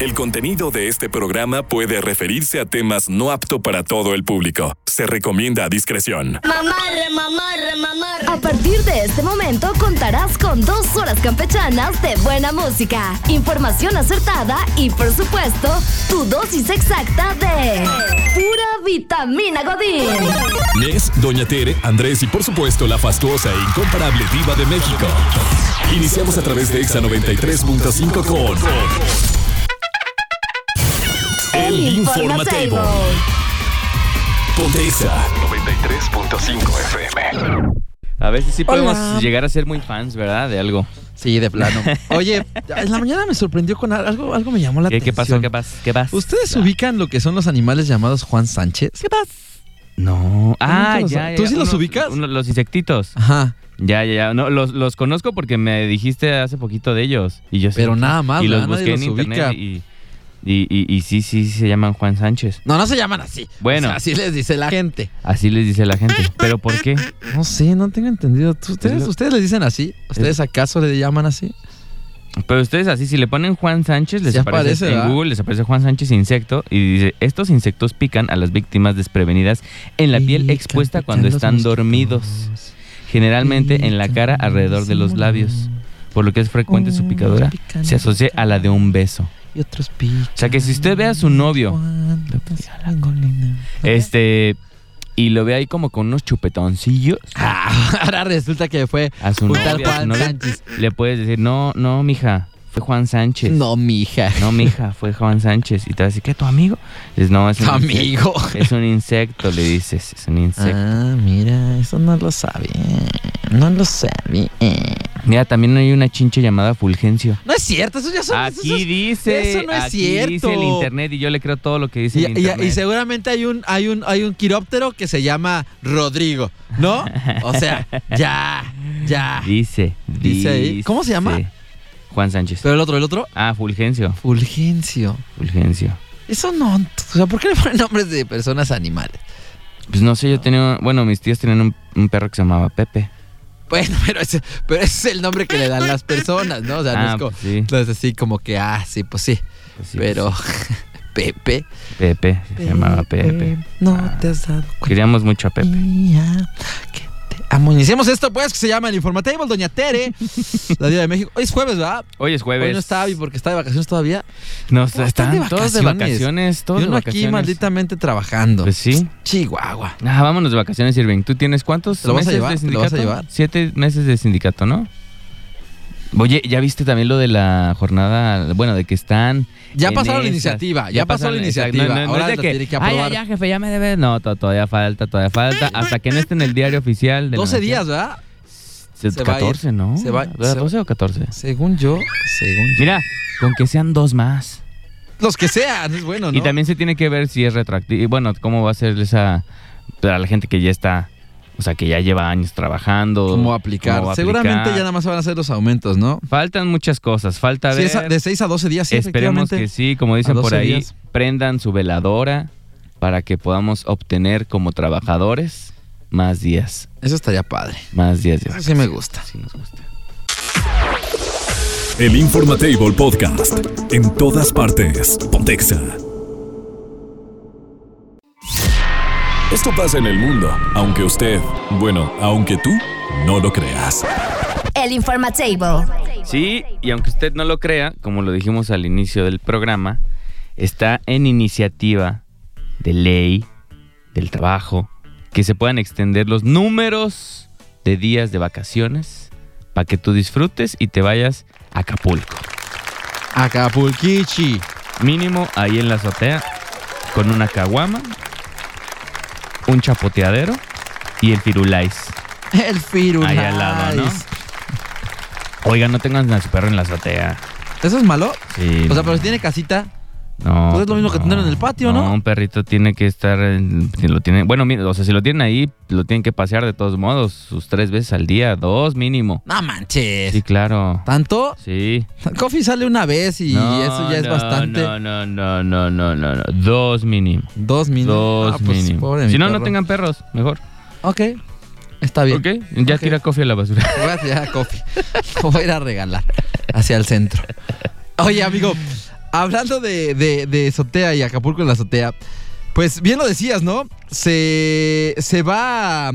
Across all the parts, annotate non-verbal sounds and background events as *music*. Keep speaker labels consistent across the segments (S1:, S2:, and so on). S1: El contenido de este programa puede referirse a temas no apto para todo el público. Se recomienda a discreción.
S2: Mamarre, mamarre, mamarre.
S3: A partir de este momento contarás con dos horas campechanas de buena música, información acertada y, por supuesto, tu dosis exacta de pura vitamina Godín.
S1: Nes, Doña Tere, Andrés y por supuesto la fastuosa e incomparable diva de México. Iniciamos a través de Exa 93.5 con El Informatable. Ponte Exa
S4: 93.5 FM.
S5: A veces sí podemos
S6: Hola.
S5: llegar a ser muy fans, ¿verdad? De algo.
S7: Sí,
S5: *laughs*
S7: de plano. *laughs* Oye, en la mañana me sorprendió con al- algo, algo me llamó la
S5: ¿Qué, qué pasó?
S7: atención.
S5: ¿Qué pasa? ¿Qué pasa?
S7: ¿Ustedes ubican lo que son los animales llamados Juan Sánchez? ¿Qué pasa?
S5: No. Ah,
S7: los-
S5: ya, ya,
S7: ¿Tú
S5: ya.
S7: sí los
S5: Unos-
S7: ubicas?
S5: unos- los insectitos.
S7: Ajá,
S5: Ya, ya, ya. No, los, los conozco porque me dijiste hace poquito de ellos. Y yo sí.
S7: pero nada más,
S5: Y los
S7: ¿verdad? Nadie
S5: busqué en
S7: los
S5: internet
S7: ubica.
S5: y, y, y- y sí, sí, se llaman Juan Sánchez.
S7: No, no se llaman así.
S5: Bueno.
S7: O sea, así les dice la gente.
S5: Así les dice la gente. ¿Pero por qué?
S7: No sé, no tengo entendido.
S5: Es
S7: ¿Tú- ¿Ustedes,
S5: lo-
S7: ¿Ustedes les dicen así? ¿Ustedes acaso le llaman así?
S5: Pero ustedes así, si le ponen Juan Sánchez, les
S7: Sí
S5: aparece,
S7: aparece,
S5: en
S7: ¿verdad?
S5: Google, les aparece Juan Sánchez insecto y dice, estos insectos pican a las víctimas desprevenidas en la piel
S7: Pican,
S5: expuesta
S7: pican
S5: cuando
S7: los
S5: están
S7: mosquitos.
S5: dormidos, generalmente en la cara
S7: Pican,
S5: alrededor de los
S7: sí,
S5: labios, por lo que es frecuente su
S7: Oh,
S5: picadura
S7: pican,
S5: se asocia a la de un beso.
S7: Y otros pican.
S5: O sea que si usted ve a su novio,
S7: ¿Cuántas golondrinas?
S5: este, y lo ve ahí como con unos chupetoncillos
S7: Ah, *laughs* ahora resulta que fue
S5: a su
S7: juntar
S5: novia,
S7: Juan
S5: novia,
S7: Sánchez.
S5: le puedes decir, no, no, mija, fue Juan Sánchez.
S7: No, mija.
S5: No, mija, fue Juan Sánchez. Y te va a decir, ¿qué, tu amigo? Dices, no, es
S7: Tu
S5: un
S7: *laughs* amigo.
S5: Es un insecto, le dices. Es un insecto.
S7: Ah, mira, eso no lo sabe. No lo sabe. Ah.
S5: Mira, también hay una chinche llamada Fulgencio.
S7: No es cierto, eso ya son
S5: Aquí
S7: esos-
S5: dice.
S7: eso no es
S5: aquí
S7: cierto.
S5: dice el internet y yo le creo todo lo que dice
S7: Y,
S5: el
S7: y-
S5: internet.
S7: y seguramente hay un, hay un, hay un quiróptero que se llama Rodrigo, ¿no? O sea, ya, ya.
S5: Dice,
S7: Dice ahí. ¿Cómo se llama?
S5: dice Juan Sánchez.
S7: Pero el otro, el otro,
S5: Ah, Fulgencio.
S7: Fulgencio.
S5: Fulgencio.
S7: Eso no, o sea, ¿por qué le ponen nombres de personas a animales?
S5: Pues no sé, yo tenía. Bueno, mis tíos tenían un, un perro que se llamaba Pepe.
S7: Bueno, pero ese, pero ese es el nombre que le dan las personas, ¿no? O sea, no
S5: Ah,
S7: es como,
S5: pues sí.
S7: no es así como que, ah, sí, pues sí,
S5: Pues sí,
S7: pero *laughs*
S5: pues,
S7: Pepe.
S5: Pepe. Se llamaba Pepe.
S7: No
S5: Ah.
S7: te has dado cuenta.
S5: Queríamos mucho a Pepe.
S7: Mía, que te amo. Iniciemos esto, pues, que se llama el Informatable,
S5: *laughs*
S7: Doña Tere, la Día de México. Hoy es jueves, ¿verdad?
S5: Hoy es jueves.
S7: Hoy no está Abby porque está de vacaciones todavía.
S5: No,
S7: No, están
S5: están
S7: de
S5: todos de
S7: vacaciones.
S5: vacaciones. Todos
S7: y
S5: de
S7: uno
S5: vacaciones.
S7: aquí malditamente trabajando.
S5: Pues sí.
S7: Chihuahua.
S5: Ah, vámonos de vacaciones, Irving. ¿Tú tienes cuántos
S7: ¿Te lo vas a
S5: meses
S7: llevar?
S5: de
S7: ¿Te lo vas a
S5: sindicato?
S7: llevar?
S5: Siete meses de sindicato, ¿no? Oye, ¿ya viste también lo de la jornada? Bueno, de que están.
S7: Ya
S5: en
S7: pasaron la
S5: esas?
S7: iniciativa, ya pasó la
S5: exacto.
S7: iniciativa.
S5: No, no, no
S7: Ahora
S5: es de
S7: la
S5: que,
S7: tiene que
S5: "Ay,
S7: aprobar.
S5: ya, ya, jefe, ya me debe. No, to- todavía falta, todavía
S7: *laughs*
S5: falta. Hasta que no esté en el diario oficial. De la
S7: 12
S5: nación.
S7: días, ¿verdad?
S5: Se-
S7: Se va a ir.
S5: 14, ¿no?
S7: Se va-
S5: ¿Era
S7: se va-
S5: 12 o 14?
S7: Según yo, según yo.
S5: Mira, con que sean dos más.
S7: Los que sean, es bueno, ¿no?
S5: Y también se tiene que ver si es retroactivo. Bueno, cómo va a ser esa. Para la gente que ya está. O sea, que ya lleva años trabajando.
S7: ¿Cómo aplicar?
S5: cómo va a
S7: Seguramente ya
S5: aplicar.
S7: nada más van a hacer los aumentos, ¿no?
S5: Faltan muchas cosas. Falta
S7: Sí,
S5: ver.
S7: esa- de 6 a 12 días, sí,
S5: Esperemos
S7: efectivamente.
S5: que sí. Como dicen
S7: A
S5: por
S7: 12
S5: ahí,
S7: días.
S5: prendan su veladora para que podamos obtener como trabajadores más días.
S7: Eso estaría padre.
S5: Más días de
S7: Eso sí me
S5: vacaciones.
S7: gusta.
S5: Sí nos gusta.
S1: El Informatable Podcast en todas partes. Pontexa. Esto pasa en el mundo, aunque usted, bueno, aunque tú no lo creas.
S3: El Informatable.
S5: Sí, y aunque usted no lo crea, como lo dijimos al inicio del programa, está en iniciativa de ley del trabajo que se puedan extender los números de días de vacaciones para que tú disfrutes y te vayas a Acapulco.
S7: Acapulquichi.
S5: Mínimo ahí en la azotea con una caguama, un chapoteadero y el firulais.
S7: *laughs* El Firulais.
S5: Ahí al lado, ¿no? Oiga, no tengan a su perro en la azotea.
S7: ¿Eso es malo?
S5: Sí,
S7: O
S5: no.
S7: sea, pero si tiene casita.
S5: No.
S7: Pues es lo mismo que tener en el patio, ¿no?
S5: No, un perrito tiene que estar. en- si lo tienen, bueno, mira, o sea, si lo tienen ahí, lo tienen que pasear de todos modos, sus tres veces al día, dos mínimo.
S7: No manches.
S5: Sí, claro.
S7: ¿Tanto?
S5: Sí.
S7: Coffee sale una vez y
S5: No,
S7: eso ya es
S5: no,
S7: bastante.
S5: No, no, no, no, no, no, no. Dos mínimo.
S7: Dos mínimo.
S5: Dos
S7: Ah, pues,
S5: mínimo.
S7: pobre de
S5: si
S7: mi
S5: no, no
S7: perro.
S5: tengan perros, mejor.
S7: Ok. Está bien.
S5: ¿Ok? Ya
S7: Ok.
S5: tira coffee a la basura. *laughs*
S7: Voy a tirar a Coffee. Lo voy a ir a regalar hacia el centro. Oye, amigo, hablando de, de- de azotea y Acapulco en la azotea, pues bien lo decías, ¿no? Se, se va a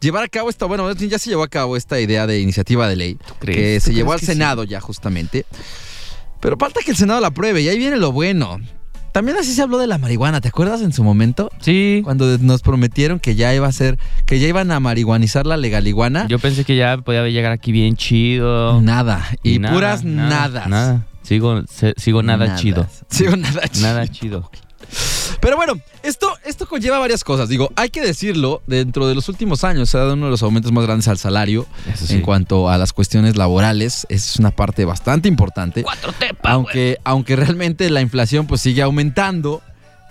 S7: llevar a cabo esta, bueno, más bien ya se llevó a cabo esta idea de iniciativa de ley
S5: crees?
S7: que
S5: ¿Tú
S7: se
S5: crees
S7: llevó al
S5: que sí?
S7: Senado ya justamente. Pero falta que el Senado la apruebe y ahí viene lo bueno. También así se habló de la marihuana, ¿te acuerdas en su momento?
S5: Sí.
S7: Cuando nos prometieron que ya iba a ser, que ya iban a marihuanizar la legaliguana.
S5: Yo pensé que ya podía llegar aquí bien chido.
S7: Nada. Y,
S5: nada,
S7: puras
S5: nada,
S7: nadas.
S5: Nada. Sigo, se- sigo nada
S7: Nadas.
S5: chido.
S7: Sí, un nada chido.
S5: Nada chido.
S7: Pero bueno, esto, esto conlleva varias cosas. Digo, hay que decirlo, dentro de los últimos años se ha dado uno de los aumentos más grandes al salario
S5: Eso sí.
S7: en cuanto a las cuestiones laborales. Es una parte bastante importante. aunque, aunque realmente la inflación pues sigue aumentando.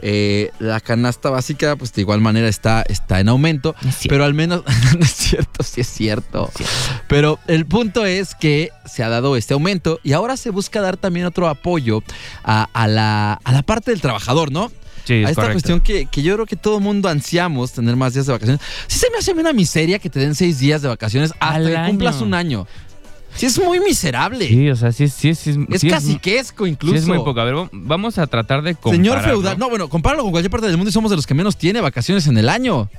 S7: eh, la canasta básica, pues de igual manera está, está en aumento.
S5: No es cierto.
S7: Pero al menos, *laughs* no es cierto, sí es cierto. Pero el punto es que se ha dado este aumento y ahora se busca dar también otro apoyo a, a la, a la parte del trabajador, ¿no?
S5: Sí,
S7: a
S5: es
S7: esta
S5: correcto.
S7: cuestión que, que yo creo que todo mundo ansiamos tener más días de vacaciones. Sí se me hace una miseria que te den seis días de vacaciones hasta
S5: Al
S7: que
S5: año.
S7: cumplas un año. Sí es muy miserable.
S5: Sí, o sea, sí, sí, sí, sí,
S7: es
S5: sí
S7: caciquesco
S5: sí
S7: incluso.
S5: es muy poco. A ver, vam- vamos a tratar de comparar.
S7: Señor feudal,
S5: ¿no?
S7: no, bueno, compáralo con cualquier parte del mundo y somos de los que menos tiene vacaciones en el año.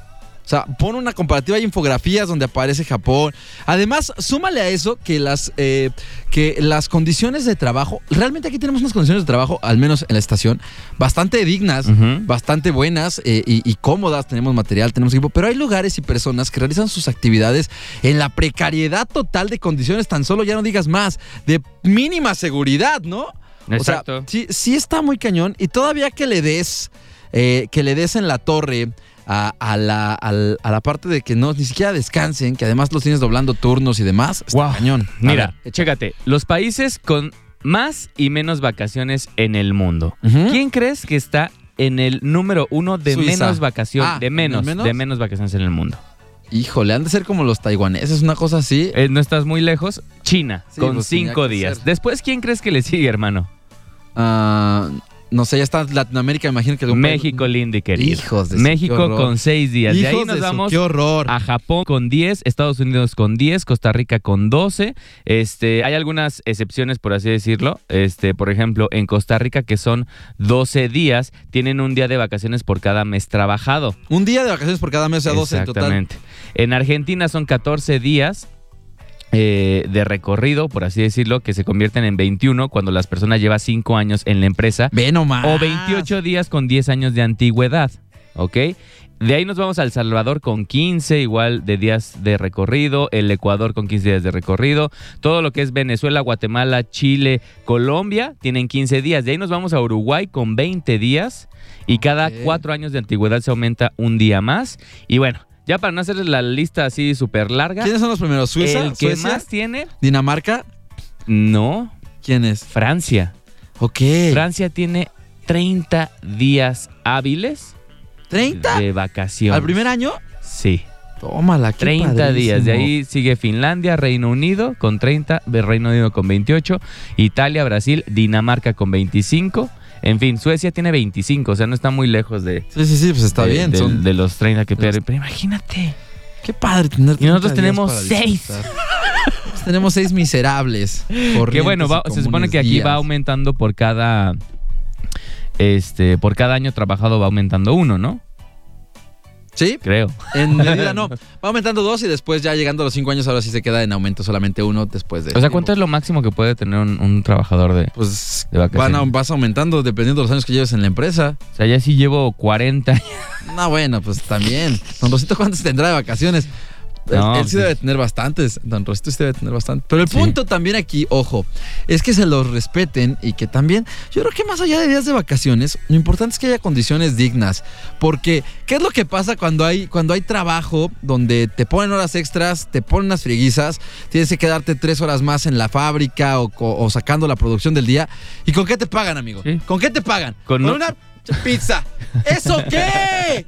S7: O sea, pon una comparativa, hay infografías donde aparece Japón. Además, súmale a eso que las, eh, que las condiciones de trabajo, realmente aquí tenemos unas condiciones de trabajo, al menos en la estación, bastante dignas,
S5: Ujú.
S7: bastante buenas eh, y, y cómodas. Tenemos material, tenemos equipo, pero hay lugares y personas que realizan sus actividades en la precariedad total de condiciones, tan solo ya no digas más, de mínima seguridad, ¿no?
S5: Exacto.
S7: O sea, sí, sí está muy cañón. Y todavía que le des, eh, que le des en la torre a, a la, al- a la parte de que no ni siquiera descansen, que además los tienes doblando turnos y demás, está
S5: Guau.
S7: cañón. A
S5: Mira,
S7: ver, echa-
S5: chécate, los países con más y menos vacaciones en el mundo.
S7: Ujú.
S5: ¿Quién crees que está en el número uno de
S7: ¿Eh? Suiza.
S5: menos vacaciones?
S7: Ah,
S5: de menos,
S7: ¿en el menos?
S5: de menos vacaciones en el mundo.
S7: Híjole, han de ser como los taiwaneses, una cosa así.
S5: Eh, no estás muy lejos. China,
S7: Sí,
S5: con
S7: pues tenía
S5: cinco
S7: que
S5: días.
S7: ser.
S5: Después, ¿quién crees que le sigue, hermano?
S7: Ah, no sé, ya está Latinoamérica, imagino que algún país-
S5: México, lindo y querido.
S7: Hijos de su- qué
S5: México
S7: horror.
S5: con seis días. de ahí
S7: Hijos
S5: nos
S7: su-
S5: vamos
S7: Qué horror.
S5: a Japón con 10, Estados Unidos con 10, Costa Rica con 12. Este, hay algunas excepciones, por así decirlo. Este, por ejemplo, en Costa Rica, que son 12 días, tienen un día de vacaciones por cada mes trabajado.
S7: Un día de vacaciones por cada mes, o sea, 12 en total.
S5: Exactamente. En Argentina son 14 días. eh, de recorrido, por así decirlo, que se convierten en 21 cuando las personas llevan 5 años en la empresa
S7: Ve nomás.
S5: o 28 días con 10 años de antigüedad, ¿ok? De ahí nos vamos al Salvador con 15, igual de días de recorrido, el Ecuador con 15 días de recorrido, todo lo que es Venezuela, Guatemala, Chile, Colombia tienen 15 días, de ahí nos vamos a Uruguay con 20 días y cada
S7: Ok.
S5: 4 años de antigüedad se aumenta un día más y bueno, ya para no hacer la lista así súper larga,
S7: ¿Quiénes son los primeros? ¿Suiza?
S5: el que
S7: ¿Suecia?
S5: más tiene,
S7: ¿Dinamarca?
S5: no,
S7: ¿Quién es?
S5: Francia.
S7: Ok.
S5: Francia tiene 30 días hábiles.
S7: ¿30?
S5: De vacaciones.
S7: ¿Al primer año?
S5: Sí.
S7: Tómala, qué
S5: 30 días.
S7: padrísimo.
S5: De ahí sigue Finlandia, Reino Unido con 30, de Reino Unido con 28, Italia, Brasil, Dinamarca con 25. En fin, Suecia tiene 25, o sea, no está muy lejos de,
S7: Sí, sí, sí, pues está
S5: de-
S7: bien.
S5: de-
S7: son-
S5: de los 30 que
S7: de los-
S5: pero, pero imagínate.
S7: Qué padre tener.
S5: Y nosotros
S7: 30 días
S5: tenemos
S7: para
S5: seis.
S7: disfrutar. Nosotros tenemos
S5: *laughs*
S7: seis miserables.
S5: Que bueno, va- se supone que aquí va aumentando por cada este por cada año trabajado va aumentando uno, ¿no?
S7: Sí,
S5: Creo.
S7: en
S5: *laughs*
S7: medida no. Va aumentando dos y después ya llegando a los cinco años, ahora sí se queda en aumento solamente uno después de.
S5: O sea, ¿cuánto es lo máximo que puede tener un, un trabajador de
S7: Pues
S5: De vacaciones.
S7: van a- vas aumentando dependiendo de los años que lleves en la empresa.
S5: O sea, ya sí llevo 40
S7: No, bueno, pues también. Don Rosito, ¿cuántos tendrá de vacaciones? Él-
S5: No,
S7: él sí
S5: pues-
S7: debe tener bastantes. Don Rosito sí debe tener bastantes. Pero el punto también aquí, ojo, es que se los respeten y que también, yo creo que más allá de días de vacaciones, lo importante es que haya condiciones dignas. Porque, ¿qué es lo que pasa cuando hay, cuando hay trabajo donde te ponen horas extras, te ponen unas frieguizas, tienes que quedarte tres horas más en la fábrica o, co- o sacando la producción del día? ¿Y con qué te pagan, amigo?
S5: Sí.
S7: ¿Con qué te pagan?
S5: Con
S7: Con,
S5: no-
S7: una pizza.
S5: *laughs*
S7: ¿Eso qué?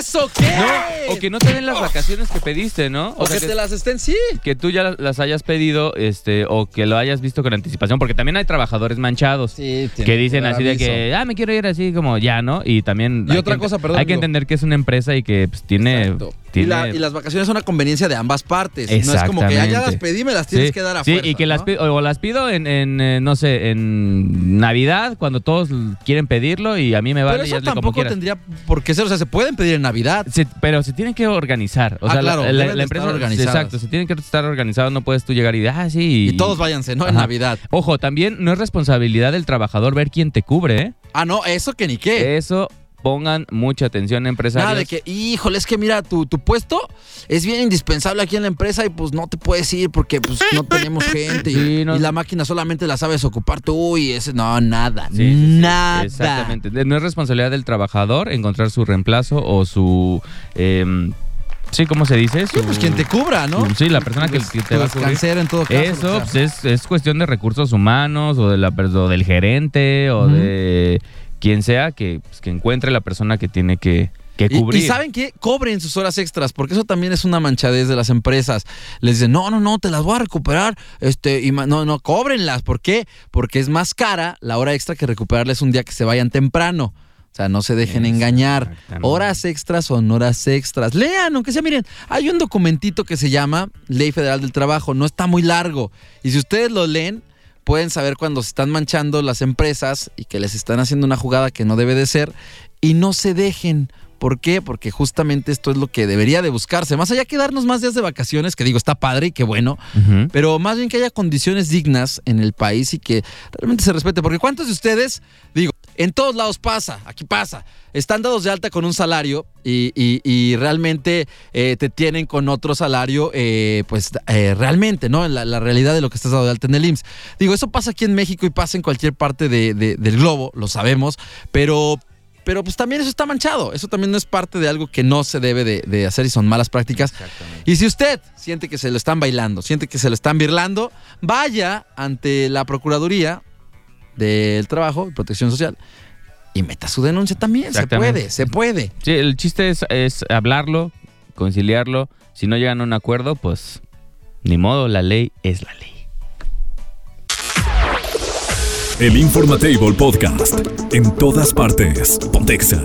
S7: ¿Eso qué?
S5: No, o que no te den las vacaciones que pediste, ¿no?
S7: O,
S5: sea,
S7: que, te las estén, sí.
S5: que tú ya las hayas pedido este o que lo hayas visto con anticipación, porque también hay trabajadores manchados. Que dicen así de que, ah, me quiero ir así como ya, ¿no? Y también...
S7: Y
S5: hay
S7: otra
S5: que-
S7: cosa, perdón,
S5: Hay que
S7: digo.
S5: entender que es una empresa y que pues, tiene...
S7: Exacto. Y,
S5: tiene-
S7: la- y las vacaciones son una conveniencia de ambas partes. No es como que "Ah, ya las
S5: Exactamente.
S7: pedí, me las tienes
S5: Sí,
S7: que dar a
S5: Sí,
S7: fuerza,
S5: y que las
S7: ¿no?
S5: pido, o las pido en, en, eh, no sé, en Navidad, cuando todos quieren pedirlo y a mí me vale
S7: Pero
S5: y
S7: eso
S5: hazle como
S7: tampoco
S5: quieras.
S7: tendría por qué ser. O sea, se pueden pedir en Navidad.
S5: Se- pero se tienen que organizar. O
S7: Ah,
S5: sea, la-
S7: claro,
S5: la,
S7: deben
S5: la
S7: de
S5: empresa.
S7: estar organizadas.
S5: Exacto, se tienen que estar organizados. No puedes tú llegar y, ah, sí.
S7: Y, todos váyanse, ¿no? En
S5: Ajá.
S7: Navidad.
S5: Ojo, también no es responsabilidad del trabajador ver quién te cubre, ¿eh?
S7: Ah, no, eso que ni qué.
S5: Eso pongan mucha atención, empresarios.
S7: Nada de que, híjole, es que mira, tu, tu puesto es bien indispensable aquí en la empresa y pues no te puedes ir porque pues no tenemos gente y,
S5: Sí, no.
S7: y la máquina solamente la sabes ocupar tú y ese, no, nada,
S5: Sí, sí, sí,
S7: nada.
S5: Exactamente. De- No es responsabilidad del trabajador encontrar su reemplazo o su. em, sí, ¿cómo se dice?
S7: Sí,
S5: Su-
S7: pues quien te cubra, ¿no?
S5: su- sí, la persona que,
S7: Pues,
S5: que te va a
S7: pues,
S5: cubrir.
S7: cancera en todo caso.
S5: Eso
S7: lo que
S5: pues,
S7: sea.
S5: es, es cuestión de recursos humanos o, de la, pers- o del gerente o
S7: Ujú.
S5: de quien sea que, pues, que encuentre la persona que tiene que, que
S7: Y-
S5: cubrir.
S7: Y, saben que cobren sus horas extras, porque eso también es una manchadez de las empresas. Les dicen, no, no, no, te las voy a recuperar. Este, y ma- no, no, cóbrenlas. ¿Por qué? Porque es más cara la hora extra que recuperarles un día que se vayan temprano. O sea, no se dejen engañar.
S5: Exactamente.
S7: Horas extras son horas extras. Lean, aunque sea, miren, hay un documentito que se llama Ley Federal del Trabajo. No está muy largo. Y si ustedes lo leen, pueden saber cuando se están manchando las empresas y que les están haciendo una jugada que no debe de ser y no se dejen. ¿Por qué? Porque justamente esto es lo que debería de buscarse. Más allá que darnos más días de vacaciones, que digo, está padre y qué bueno,
S5: Ujú.
S7: pero más bien que haya condiciones dignas en el país y que realmente se respete. Porque ¿cuántos de ustedes, digo, en todos lados pasa, aquí pasa, están dados de alta con un salario y, y- y realmente eh, te tienen con otro salario, eh, pues eh, realmente, ¿no? En La, la realidad de lo que estás dado de alta en el IMSS. Digo, eso pasa aquí en México y pasa en cualquier parte de- de- del globo, lo sabemos, pero... Pero pues también eso está manchado, eso también no es parte de algo que no se debe de- de hacer y son malas prácticas. Y si usted siente que se lo están bailando, siente que se lo están virlando, vaya ante la Procuraduría del Trabajo y Protección Social y meta su denuncia también. Se
S5: Exactamente.
S7: puede, se puede.
S5: Sí, el chiste es, es hablarlo, conciliarlo. Si no llegan a un acuerdo, pues ni modo, la ley es la ley.
S1: El Informatable Podcast. En todas partes. Pontexa.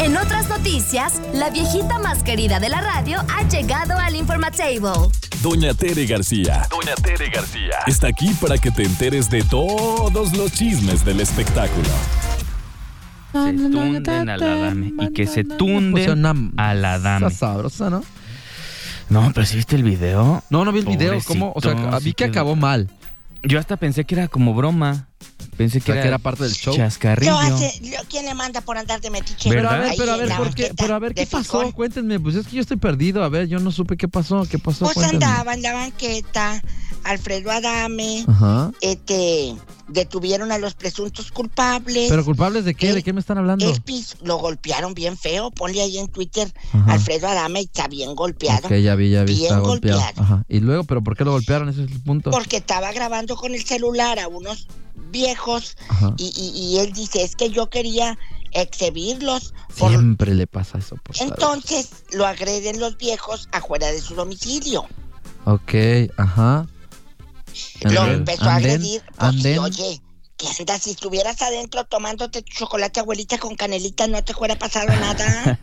S3: En otras noticias, la viejita más querida de la radio ha llegado al Informatable.
S1: Doña Tere García
S4: Doña Tere García.
S1: está aquí para que te enteres de todos los chismes del espectáculo.
S5: Se tunden a la dame. Y que se
S7: Pues,
S5: tunden a la dame.
S7: sabrosa, ¿no?
S5: No, pero si viste el video,
S7: No, no vi el video.
S5: Pobrecito,
S7: ¿Cómo? O sea,
S5: sí
S7: vi que
S5: quedó.
S7: acabó mal.
S5: yo hasta pensé que era como broma. Pensé
S7: O sea,
S5: que,
S7: que era parte del show.
S5: Chascarrillo.
S2: Lo hace- lo- ¿Quién le manda por andar de metiche?
S5: Pero a ¿Verdad? ver,
S2: Ahí en la banqueta de frijol.
S7: Cuéntenme. Pues es que yo estoy perdido. A ver, yo no supe qué pasó. ¿Qué pasó?
S2: Pues andaba en la banqueta, Alfredo Adame,
S7: Ajá.
S2: este, detuvieron a los presuntos culpables.
S7: ¿Pero culpables de qué? ¿De qué me están hablando?
S2: El pis- lo golpearon bien feo, ponle ahí en Twitter,
S7: Ajá.
S2: Alfredo Adame está bien golpeado.
S7: Ok, ya vi, ya vi,
S2: Bien
S7: está golpeado.
S2: golpeado.
S7: Ajá. Y luego, ¿pero por qué lo golpearon? Ese es el punto.
S2: Porque estaba grabando con el celular a unos viejos
S7: Ajá.
S2: y, y- y él dice, es que yo quería exhibirlos por
S7: Siempre le pasa eso. Por favor.
S2: Entonces lo agreden los viejos afuera de su domicilio.
S7: Ok, ajá.
S2: Lo
S7: Andén,
S2: empezó a
S7: andén,
S2: agredir. Pues, y
S7: andén.
S2: oye, ¿qué andas? Si estuvieras adentro tomándote tu chocolate, abuelita, con canelita, no te fuera pasado
S7: *laughs*
S2: nada.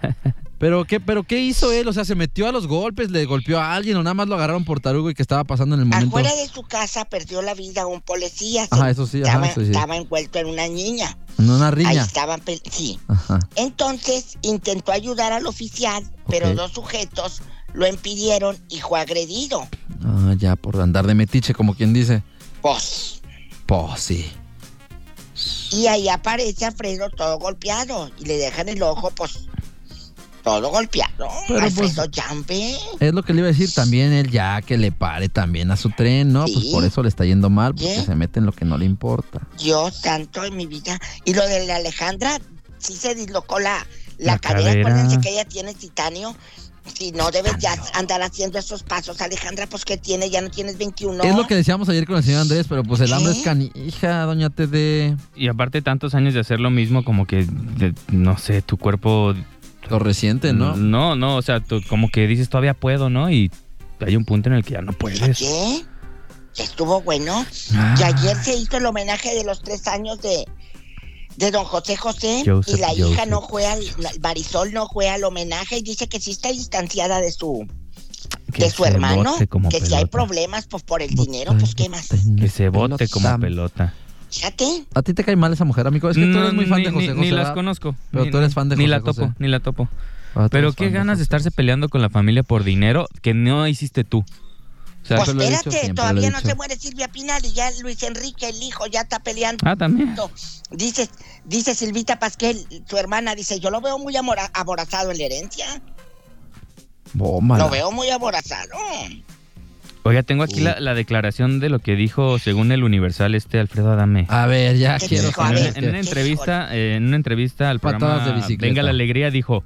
S7: ¿Pero qué, ¿Pero qué hizo él? O sea, ¿se metió a los golpes? ¿Le golpeó a alguien? ¿O nada más lo agarraron por tarugo y que estaba pasando en el momento?
S2: afuera de su casa perdió la vida un policía. Se-
S7: Ajá, eso sí, ajá,
S2: estaba,
S7: eso sí.
S2: estaba envuelto en una niña.
S7: En una
S2: Ahí
S7: riña.
S2: estaban, pe- sí.
S7: Ajá.
S2: Entonces intentó ayudar al oficial, pero
S7: Ok.
S2: dos sujetos lo impidieron y fue agredido.
S7: Ah, ya, por andar de metiche, como quien dice.
S2: Pues,
S7: Pues sí.
S2: Y ahí aparece Alfredo todo golpeado y le dejan el ojo, pues, Todo golpeado.
S7: Pero,
S2: Alfredo
S7: pues,
S2: Yampe.
S7: Es lo que le iba a decir también él ya que le pare también a su tren, ¿no? Pues
S2: Sí.
S7: por eso le está yendo mal, porque
S2: Sí.
S7: se mete en lo que no le importa.
S2: Dios santo en mi vida. Y lo de la Alejandra, sí se dislocó la, la,
S5: La
S2: cadera.
S5: cadera.
S2: Acuérdense que ella tiene titanio. Si no debes ya andar haciendo esos pasos, Alejandra, pues que tiene, ya no tienes 21.
S7: Es lo que decíamos ayer con el señor Andrés, pero pues el hambre
S2: ¿Qué?
S7: es canija, doña TD.
S5: Y aparte tantos años de hacer lo mismo, como que, de- no sé, tu cuerpo...
S7: Lo reciente, ¿no?
S5: Mm, No, no, o sea, tú como que dices todavía puedo, ¿no? Y hay un punto en el que ya no puedes.
S2: ¿Qué? Estuvo bueno. Y
S5: Ah.
S2: ayer se hizo el homenaje de los tres años de, de don José José.
S5: Joseph,
S2: y la hija
S5: Joseph,
S2: no fue al. la- Marisol no fue al homenaje y dice que sí está distanciada de su, de su
S5: Ah, se
S2: hermano.
S5: bote como
S2: Que si hay
S5: pelota.
S2: problemas, pues por el dinero, pues qué más.
S5: Que se bote como
S7: pelota.
S5: pelota.
S2: Fíjate.
S7: ¿A ti te cae mal esa mujer, amigo? Es que tú
S5: No,
S7: eres muy fan
S5: Mm, ni-
S7: de José
S5: ni-
S7: José.
S5: Ni las
S7: ¿verdad?
S5: conozco.
S7: Pero
S5: ni-
S7: tú eres fan de
S5: Ni
S7: José
S5: la
S7: José.
S5: topo, ni la topo.
S7: Ah, tú
S5: Pero
S7: eres
S5: qué
S7: fan
S5: ganas de
S7: José
S5: estarse
S7: José.
S5: peleando con la familia por dinero que no hiciste tú. O sea,
S7: lo
S2: Pues
S7: he dicho
S2: espérate,
S7: siempre, lo
S2: todavía
S7: he
S2: no
S7: dicho.
S2: se muere Silvia Pinal y ya Luis Enrique, el hijo, ya está peleando.
S5: ah, también.
S2: Dice, dice Silvita Pasquel, su hermana, dice, yo lo veo muy amora- aborazado en la herencia.
S7: Bómala.
S2: Lo veo muy aborazado.
S5: Oiga, tengo aquí la, la declaración de lo que dijo, según el Universal, este Alfredo Adame.
S7: A ver, ya
S2: ¿Qué
S7: quiero
S2: dijo? A
S7: saber.
S2: ver,
S5: en,
S7: qué-
S5: una entrevista, eh, en una entrevista al
S7: Patadas
S5: programa
S7: de bicicleta.
S5: Venga la Alegría dijo,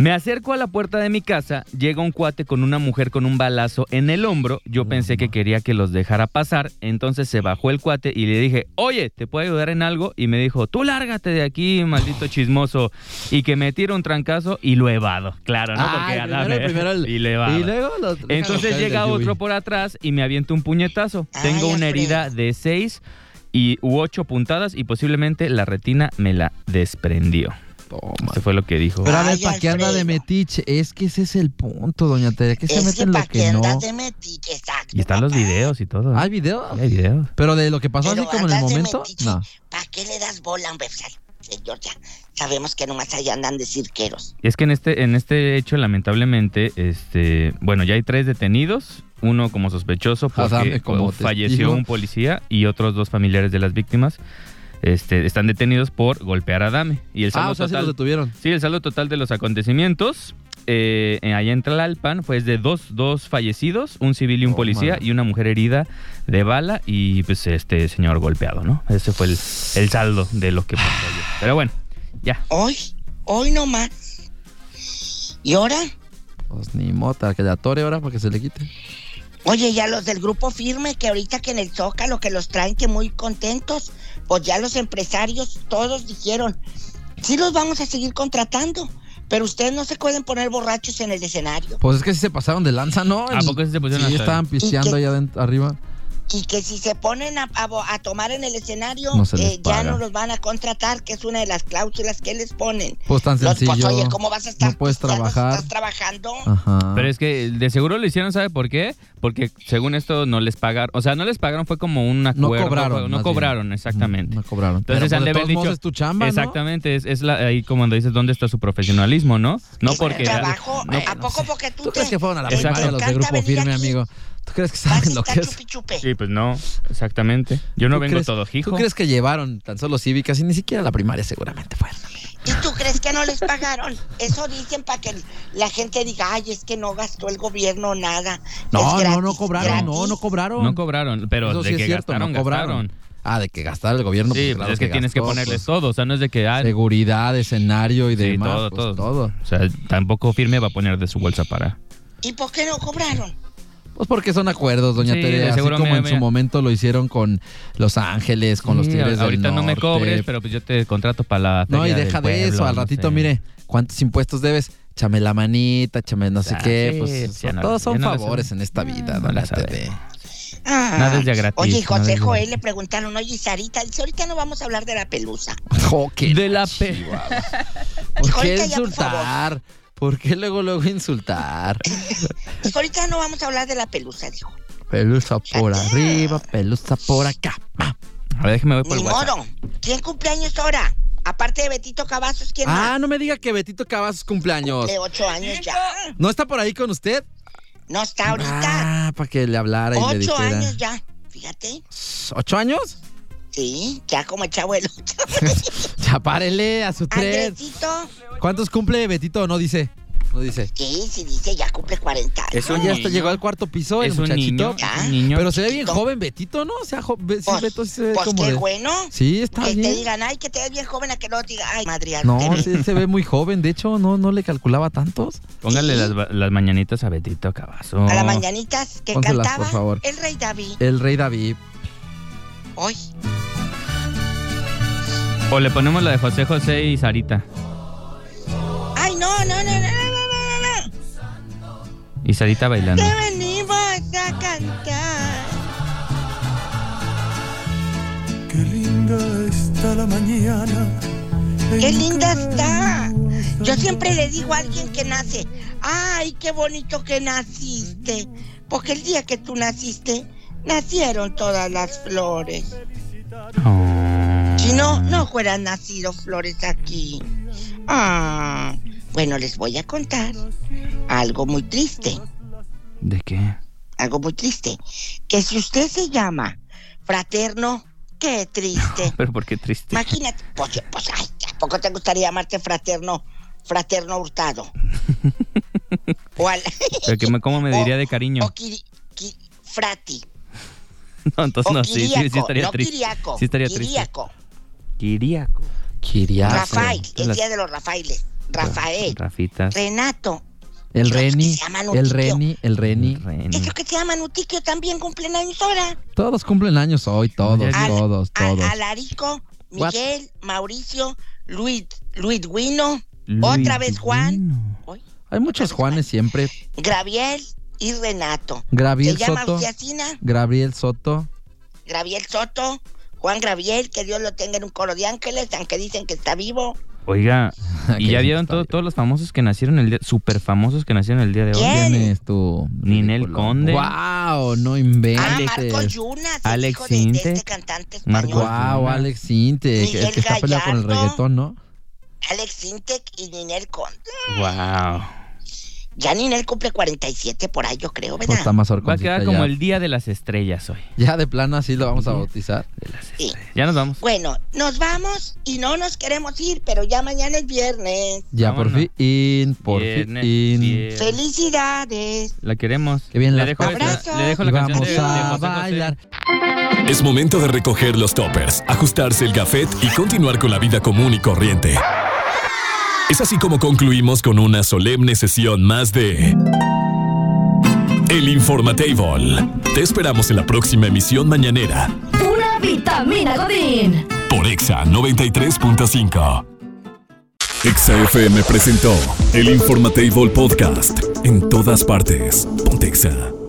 S5: me acerco a la puerta de mi casa, llega un cuate con una mujer con un balazo en el hombro, yo pensé que quería que los dejara pasar, entonces se bajó el cuate y le dije, oye, ¿te puedo ayudar en algo? Y me dijo, tú lárgate de aquí, maldito
S7: Ah.
S5: chismoso, y que me tira un trancazo y lo evado, claro, ¿no?
S7: Ay, primero,
S5: Adame-
S7: primero Ah, el-
S5: y lo
S7: *laughs*
S5: evado.
S7: Y luego lo-
S5: Entonces
S7: déjalo
S5: llega
S7: caer el
S5: otro
S7: Yui.
S5: por atrás y me avienta un puñetazo.
S7: Ah,
S2: Ay,
S5: Tengo una
S2: Alfredo.
S5: herida de 6 y u 8 puntadas y posiblemente la retina me la desprendió.
S7: Toma.
S5: Esto fue lo que dijo.
S7: Pero a ver,
S2: Ay,
S7: ¿para qué anda de
S2: Alfredo.
S7: metiche? Es que ese es el punto, doña Tere, que se
S2: Es
S7: mete
S2: que
S7: en lo
S2: para qué
S7: que no.
S2: andas de metiche, exacto.
S5: Y están los
S2: papá.
S5: videos y todo.
S7: ¿Hay
S5: ¿eh?
S7: video?
S5: Sí, Hay videos.
S7: Pero de lo que pasó
S2: Pero
S7: así como en el
S2: andas de
S7: momento,
S2: metiche.
S7: no.
S2: ¿Para qué le das bola, hombre? Señor, ya sabemos que nomás allá andan de cirqueros.
S5: Y es que en este, en este hecho, lamentablemente, este, bueno, ya hay tres detenidos. Uno como sospechoso porque
S7: Adame, como
S5: o,
S7: testigo.
S5: falleció un policía y otros dos familiares de las víctimas este, están detenidos por golpear a Dame. Y el saldo
S7: Ah, o sea, sí
S5: total-
S7: los detuvieron.
S5: Sí, el saldo total de los acontecimientos eh, en- allá en Tlalpan fue de dos, dos fallecidos, un civil y un
S7: Oh,
S5: policía,
S7: madre.
S5: y una mujer herida de bala y pues este señor golpeado, ¿no? Ese fue el, el saldo de lo que pasó ayer. Pero bueno, ya.
S2: Hoy, hoy nomás. ¿Y ahora?
S7: Pues ni mota, que la tore ahora para que se le quite.
S2: Oye, ya los del grupo firme, que ahorita que en el Zócalo, que los traen que muy contentos, pues ya los empresarios todos dijeron, sí los vamos a seguir contratando, pero ustedes no se pueden poner borrachos en el escenario.
S7: Pues es que sí se pasaron de lanza, ¿no?
S5: ¿A
S7: El-
S5: poco sí se pusieron
S7: Sí,
S5: hasta-
S7: estaban pisteando
S2: qué?
S7: allá adent- arriba.
S2: Y que si se ponen a, a bo- a tomar en el escenario,
S7: No se les
S2: eh, ya
S7: paga.
S2: no los van a contratar, que es una de las cláusulas que les ponen.
S7: Pues tan
S2: Los-
S7: sencillo.
S2: pues, oye, ¿cómo vas a estar?
S7: No puedes
S2: pisteando si
S7: trabajar. Ah.
S2: Estás trabajando.
S7: Ajá.
S5: Pero es que de seguro lo hicieron, ¿sabe por qué? Porque según esto no les pagaron, o sea, no les pagaron, fue como un
S7: no
S5: acuerdo.
S7: cobraron.
S5: fue-
S7: más
S5: no
S7: bien.
S5: cobraron, exactamente.
S7: No cobraron.
S5: Entonces,
S7: Pero,
S5: han de
S7: pues, de
S5: haber
S7: todos modos
S5: dicho-
S7: es tu chamba, ¿no?
S5: Exactamente, es, es la, ahí como cuando dices, ¿dónde está su profesionalismo, no? No
S2: Es
S5: porque...
S2: trabajo,
S7: no,
S2: ¿A
S7: no
S2: poco
S7: sé.
S2: porque
S7: ¿Tú
S2: tú, Pues, te-
S7: crees que fueron a la
S2: te- te
S7: primaria los de
S2: encanta
S7: Grupo
S2: venir
S7: Firme,
S2: aquí?
S7: amigo? ¿Tú crees que *laughs*
S2: Vas a
S7: saben lo
S2: estar
S7: que es?
S2: chupi chupe.
S5: Sí, pues no, exactamente. Yo no
S7: ¿Tú
S5: vengo
S7: crees-
S5: todo hijo.
S7: ¿Tú crees que llevaron tan solo cívicas y ni siquiera la primaria seguramente fueron? amigo?
S2: ¿Y tú crees que no les pagaron? Eso dicen para que la gente diga, ay, es que no gastó el gobierno nada.
S7: No,
S2: Es
S7: no, no
S2: gratis,
S7: cobraron, no,
S2: gratis".
S7: no cobraron.
S5: No cobraron, pero
S7: Eso
S5: de
S7: sí
S5: que
S7: es cierto,
S5: gastaron,
S7: no cobraron.
S5: gastaron.
S7: Ah, de que gastar el gobierno.
S5: Sí,
S7: pues, claro
S5: pues es que, tienes que
S7: gastó,
S5: ponerles
S7: pues,
S5: todo, o sea, no es de que... ah,
S7: Seguridad, escenario y
S5: sí,
S7: demás.
S5: todo,
S7: pues,
S5: todo, O sea, tampoco firme va a poner de su bolsa para...
S2: ¿Y por qué no cobraron?
S7: Pues porque son acuerdos, doña
S5: Sí, de
S7: Tere. Así
S5: seguro,
S7: como
S5: mira,
S7: en su
S5: mira.
S7: momento lo hicieron con Los Ángeles, con los
S5: Sí,
S7: Tigres del
S5: Ahorita no me
S7: Norte.
S5: cobres, pero pues yo te contrato para la...
S7: No, y
S5: feria del
S7: deja de
S5: pueblo,
S7: eso. Al
S5: no
S7: ratito,
S5: sé.
S7: mire, ¿cuántos impuestos debes? Échame la manita, échame no sé
S5: Ah,
S7: qué.
S5: sí,
S7: Pues
S5: sí, ya no-
S7: todos
S5: ya
S7: son
S5: no la
S7: favores en
S5: sabemos.
S7: esta vida,
S5: No
S7: doña
S5: la
S7: Tere. *laughs*
S5: sabemos.
S2: Ah.
S5: Nada es de gratis,
S2: Oye, y
S5: nada es
S2: José
S5: de
S2: Joel
S5: gratis.
S2: le preguntaron, oye, y Sarita, dice, ahorita no vamos a hablar de la pelusa.
S7: Jo, Oh, qué
S5: De la
S7: chihuahua.
S5: pe...
S7: ¿Por qué
S2: Ahorita ya, por
S7: insultar? ¿Por qué luego, luego insultar?
S2: Dijo, ahorita no vamos a hablar de la pelusa, dijo.
S7: Pelusa por arriba, pelusa por acá.
S5: A ver, déjeme voy por
S2: Ni
S5: el WhatsApp.
S2: modo. ¿Quién cumpleaños ahora? Aparte de Betito Cavazos, ¿quién
S7: Ah, no me diga que Betito Cavazos cumpleaños.
S2: más? De ocho años ya.
S7: ¿No está por ahí con usted?
S2: No está ahorita.
S7: Ah, para que le hablara y le
S2: ocho
S7: dijera.
S2: años ya. Fíjate.
S7: ¿Ocho años?
S2: Sí, ya como el chavo del ocho.
S7: Ya párele a su tren.
S2: Andresito,
S7: ¿Cuántos cumple Betito? No dice. No dice.
S2: sí, sí dice, ya cumple 40 años.
S5: Es un
S7: Ah, ya hasta
S5: niño.
S7: llegó al cuarto piso el
S5: Es un niño.
S7: muchachito.
S5: Es un niño.
S7: Pero se ve bien
S2: chiquito.
S7: joven Betito, ¿no? O sea, jo- ve- sí,
S2: Pues,
S7: Beto sí se ve
S2: pues
S7: como
S2: qué
S7: de-
S2: bueno.
S7: Sí, está
S2: que te
S7: bien.
S2: digan, ay, que te ves bien joven, a que no te diga, ay, madre.
S7: No, sí, se ve muy joven. De hecho, no, no le calculaba tantos.
S5: Póngale
S2: Sí.
S5: las, ba- las mañanitas a Betito Cavazo.
S2: A las mañanitas que
S7: Pónselas,
S2: cantaba
S7: por favor.
S2: el rey David
S7: El rey David.
S2: hoy.
S5: O le ponemos la de José José y Sarita.
S2: Ay, no, no, no, no, no, no, no, no.
S5: Y Sarita bailando.
S2: Te venimos a cantar.
S8: Qué linda está la mañana.
S2: Qué linda está. Yo siempre le digo a alguien que nace, ay, qué bonito que naciste. Porque el día que tú naciste, nacieron todas las flores.
S5: Oh.
S2: Si no, no fueran nacido flores aquí. Ah, bueno, les voy a contar algo muy triste.
S5: ¿De qué?
S2: algo muy triste, que si usted se llama fraterno, qué
S5: *laughs*
S2: triste.
S5: Pero por qué triste.
S2: Imagínate, pues, yo- pues ay, ¿a poco te gustaría llamarte fraterno, fraterno hurtado? o, al- *laughs*
S5: Pero que me, ¿Cómo me diría de cariño?
S2: o Kiri- Ki- frati.
S5: *laughs* No, entonces
S2: O
S5: no, sí,
S2: Kiriaco,
S5: sí, sí estaría
S2: no
S5: triste.
S2: Kiriaco.
S5: Sí estaría triste. Ah,
S2: Kiriaco.
S5: Kiriaco.
S7: Kiriaco.
S2: Rafael, el
S5: la-
S2: día de los Rafaeles. Rafael,
S5: Rafitas.
S2: Renato.
S7: El
S2: Creo que
S7: Reni.
S2: se llaman
S7: El
S2: Utiquio.
S7: Reni. El Reni.
S5: Ren.
S2: Es lo que se llama Nutiquio también cumplen años ahora.
S7: Todos cumplen años hoy. Todos,
S5: Ya-
S2: Al-
S7: todos,
S2: a-
S7: todos.
S2: Alarico,
S7: What?
S2: Miguel, Mauricio, Luis, Luis Guino,
S5: Luis
S2: *laughs* otra vez Juan,
S5: Divino.
S2: Uy,
S7: Hay muchos Juanes siempre.
S2: Graviel y Renato. Se
S7: Gabriel
S2: llama
S7: Soto.
S2: Uciacina,
S7: Gabriel Soto.
S2: Graviel Soto, Juan Graviel, que Dios lo tenga en un coro de ángeles, aunque dicen que está vivo.
S5: Oiga, *laughs* y
S7: Que
S5: ya
S7: sí
S5: vieron
S7: Ah, está
S5: todo-
S7: bien.
S5: todos los famosos que nacieron el día, super famosos que nacieron el día de hoy.
S2: ¿Quién?
S7: ¿Quién es tu
S5: Ninel Conde.
S7: Wow, no inventes.
S2: Ah, Marco Yunas, el
S5: Alex
S2: hijo de, de
S5: Inte,
S2: este cantante
S5: Marco-
S2: español.
S7: Wow,
S5: Yuna.
S7: Alex Sinte, el que
S2: Miguel
S7: está peleado con el
S2: Gallardo.
S7: reggaetón, ¿no?
S2: Alex Sintek y Ninel Conde.
S5: Wow.
S2: Ya Ninel cumple 47 por ahí, yo creo,
S7: Pues
S2: ¿verdad?
S7: está más
S5: Va a
S7: horconcita
S5: quedar
S7: ya.
S5: como el día de las estrellas hoy.
S7: Ya de plano así lo vamos a bautizar.
S5: De las
S2: Sí.
S5: estrellas. Ya nos vamos.
S2: Bueno, nos vamos y no nos queremos ir, pero ya mañana es viernes.
S7: Ya por
S5: Vámonos.
S7: fin, por
S5: Viernes,
S7: fin.
S5: viernes.
S2: Felicidades.
S5: La queremos.
S7: Que bien
S5: le,
S7: las
S5: dejo
S2: papas.
S5: esta- le dejo la
S7: Y
S5: canción de,
S7: vamos
S5: de José
S7: a
S5: José.
S7: bailar.
S1: Es momento de recoger los toppers, ajustarse el gafet y continuar con la vida común y corriente. Es así como concluimos con una solemne sesión más de El Informatable. Te esperamos en la próxima emisión mañanera
S3: Pura vitamina Godín.
S1: por Exa 93.5. Exa FM presentó El Informatable Podcast. En todas partes. Pontexa.